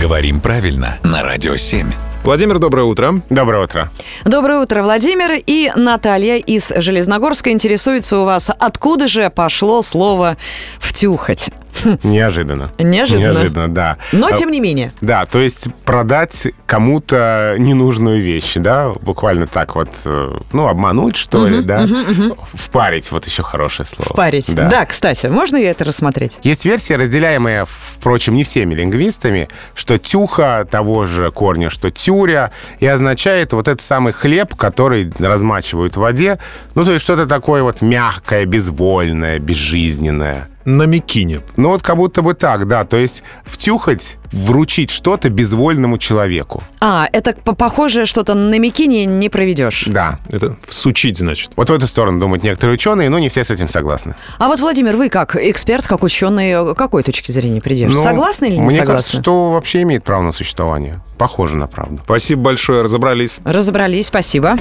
Говорим правильно на Радио 7. Владимир, доброе утро. Доброе утро. Доброе утро, Владимир. И Наталья из Железногорска интересуется у вас, откуда же пошло слово «втюхать». Неожиданно. Неожиданно. Неожиданно, да. Но, А, тем не менее, Да, то есть продать кому-то ненужную вещь, да, буквально так вот, э, ну, обмануть, что ли, да, впарить, вот еще хорошее слово. парить. Да. да, кстати, можно я это рассмотреть? Есть версия, разделяемая, впрочем, не всеми лингвистами, что тюха того же корня, что тюря, и означает вот этот самый хлеб, который размачивают в воде, ну, то есть что-то такое вот мягкое, безвольное, безжизненное. На Микине. Ну вот как будто бы так, да. То есть втюхать, вручить что-то безвольному человеку. А, это по- похоже что-то на Микине не проведешь. Да. Это всучить, значит. Вот в эту сторону думают некоторые ученые, но не все с этим согласны. А вот, Владимир, вы как эксперт, как ученый, э, какой точки зрения придешь? Ну, согласны или не Мне согласны? кажется, что вообще имеет право на существование. Похоже на правду. Спасибо большое, разобрались. Разобрались, спасибо.